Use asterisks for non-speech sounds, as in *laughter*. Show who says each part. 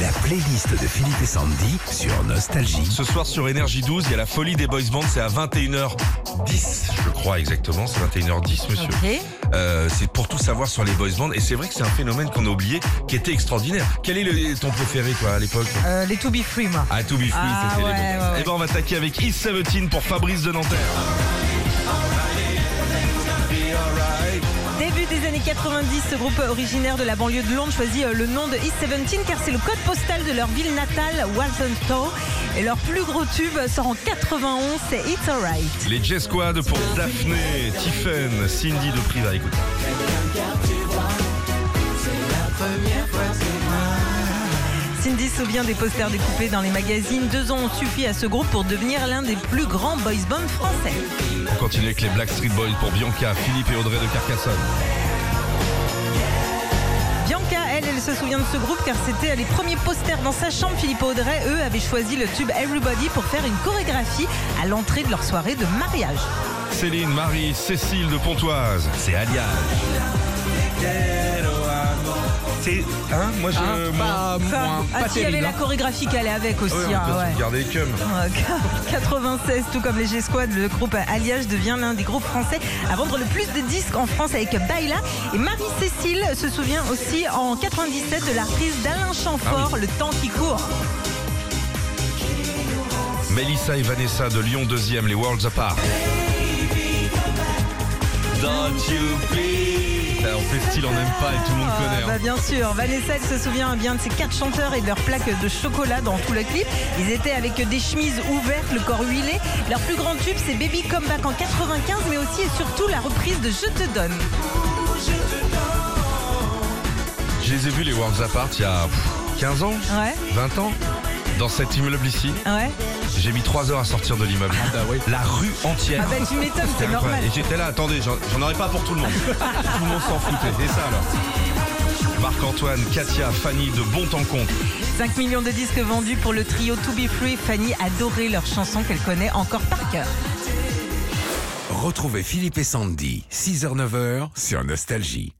Speaker 1: La playlist de Philippe et Sandy sur Nostalgie.
Speaker 2: Ce soir sur Énergie 12, il y a la folie des boys bands, c'est à 21h10, je crois exactement, c'est 21h10 monsieur.
Speaker 3: Ok.
Speaker 2: Euh, c'est pour tout savoir sur les boys bands et c'est vrai que c'est un phénomène qu'on a oublié qui était extraordinaire. Quel est le- ton préféré toi à l'époque
Speaker 3: Euh, les To Be Free, moi.
Speaker 2: Ah To Be Free,
Speaker 3: Ah,
Speaker 2: c'était
Speaker 3: ouais,
Speaker 2: les boys bands.
Speaker 3: ouais, ouais.
Speaker 2: Et ben on va attaquer avec Yves Savetine pour Fabrice de Nanterre.
Speaker 3: Début des années 90, ce groupe originaire de la banlieue de Londres choisit euh, le nom de East 17 car c'est le code postal de leur ville natale, Walthamstow. Et leur plus gros tube sort en 91, c'est It's Alright.
Speaker 2: Les J Squad pour Daphné, Tiffen, Cindy de Priva, écoute.
Speaker 3: Cindy se souvient des posters découpés dans les magazines. Deux ans ont suffi à ce groupe pour devenir l'un des plus grands boys bands français.
Speaker 2: On continue avec les Black Street Boys pour Bianca, Philippe et Audrey de Carcassonne.
Speaker 3: Bianca, elle, elle se souvient de ce groupe car c'était les premiers posters dans sa chambre. Philippe Audrey, eux, avaient choisi le tube Everybody pour faire une chorégraphie à l'entrée de leur soirée de mariage.
Speaker 2: Céline, Marie, Cécile de Pontoise. C'est Alliage. C'est. Hein Moi je. moi-
Speaker 4: Pas
Speaker 3: Enfin,
Speaker 4: moins,
Speaker 3: ah,
Speaker 4: pas
Speaker 3: si, il y avait
Speaker 4: terrible. hein. Ah
Speaker 3: la chorégraphie qui allait avec aussi.
Speaker 2: Ouais, on
Speaker 3: hein,
Speaker 2: peut
Speaker 3: ouais.
Speaker 2: se garder les cums.
Speaker 3: Euh, *laughs* 96, tout comme les G-Squad, le groupe Alliage devient l'un des groupes français à vendre le plus de disques en France avec Baila. Et Marie-Cécile se souvient aussi en 97 de la reprise d'Alain
Speaker 4: Ah
Speaker 3: Chamfort, Le temps qui court.
Speaker 2: Mélissa et Vanessa de Lyon 2ème, les Worlds Apart. Don't you be- Bah, on fait style, on n'aime pas et tout le monde
Speaker 3: Ah,
Speaker 2: connaît. hein.
Speaker 3: bah, bien sûr, Vanessa elle se souvient bien de ses quatre chanteurs et de leur plaque de chocolat dans tout le clip. Ils étaient avec des chemises ouvertes, le corps huilé. Leur plus grand tube, c'est Baby Comeback en 95, mais aussi et surtout la reprise de Je te donne. bah,
Speaker 2: Je les ai vus, les Worlds Apart, il y a pff, 15 ans
Speaker 3: Ouais,
Speaker 2: 20 ans Dans cet immeuble ici.
Speaker 3: ouais.
Speaker 2: J'ai mis 3 heures à sortir de l'immeuble. La rue entière.
Speaker 3: Ah bah tu m'étonnes, c'est
Speaker 2: C'était incroyable.
Speaker 3: normal.
Speaker 2: Et j'étais là, attendez, j'en j'en aurais pas pour tout le monde. tout le monde s'en foutait. Et ça alors Marc-Antoine, Katia, Fanny de Bon Temps Compte.
Speaker 3: 5 millions de disques vendus pour le trio To Be Free. Fanny adorait leurs chansons qu'elle connaît encore par cœur.
Speaker 1: Retrouvez Philippe et Sandy, 6h-9h sur Nostalgie.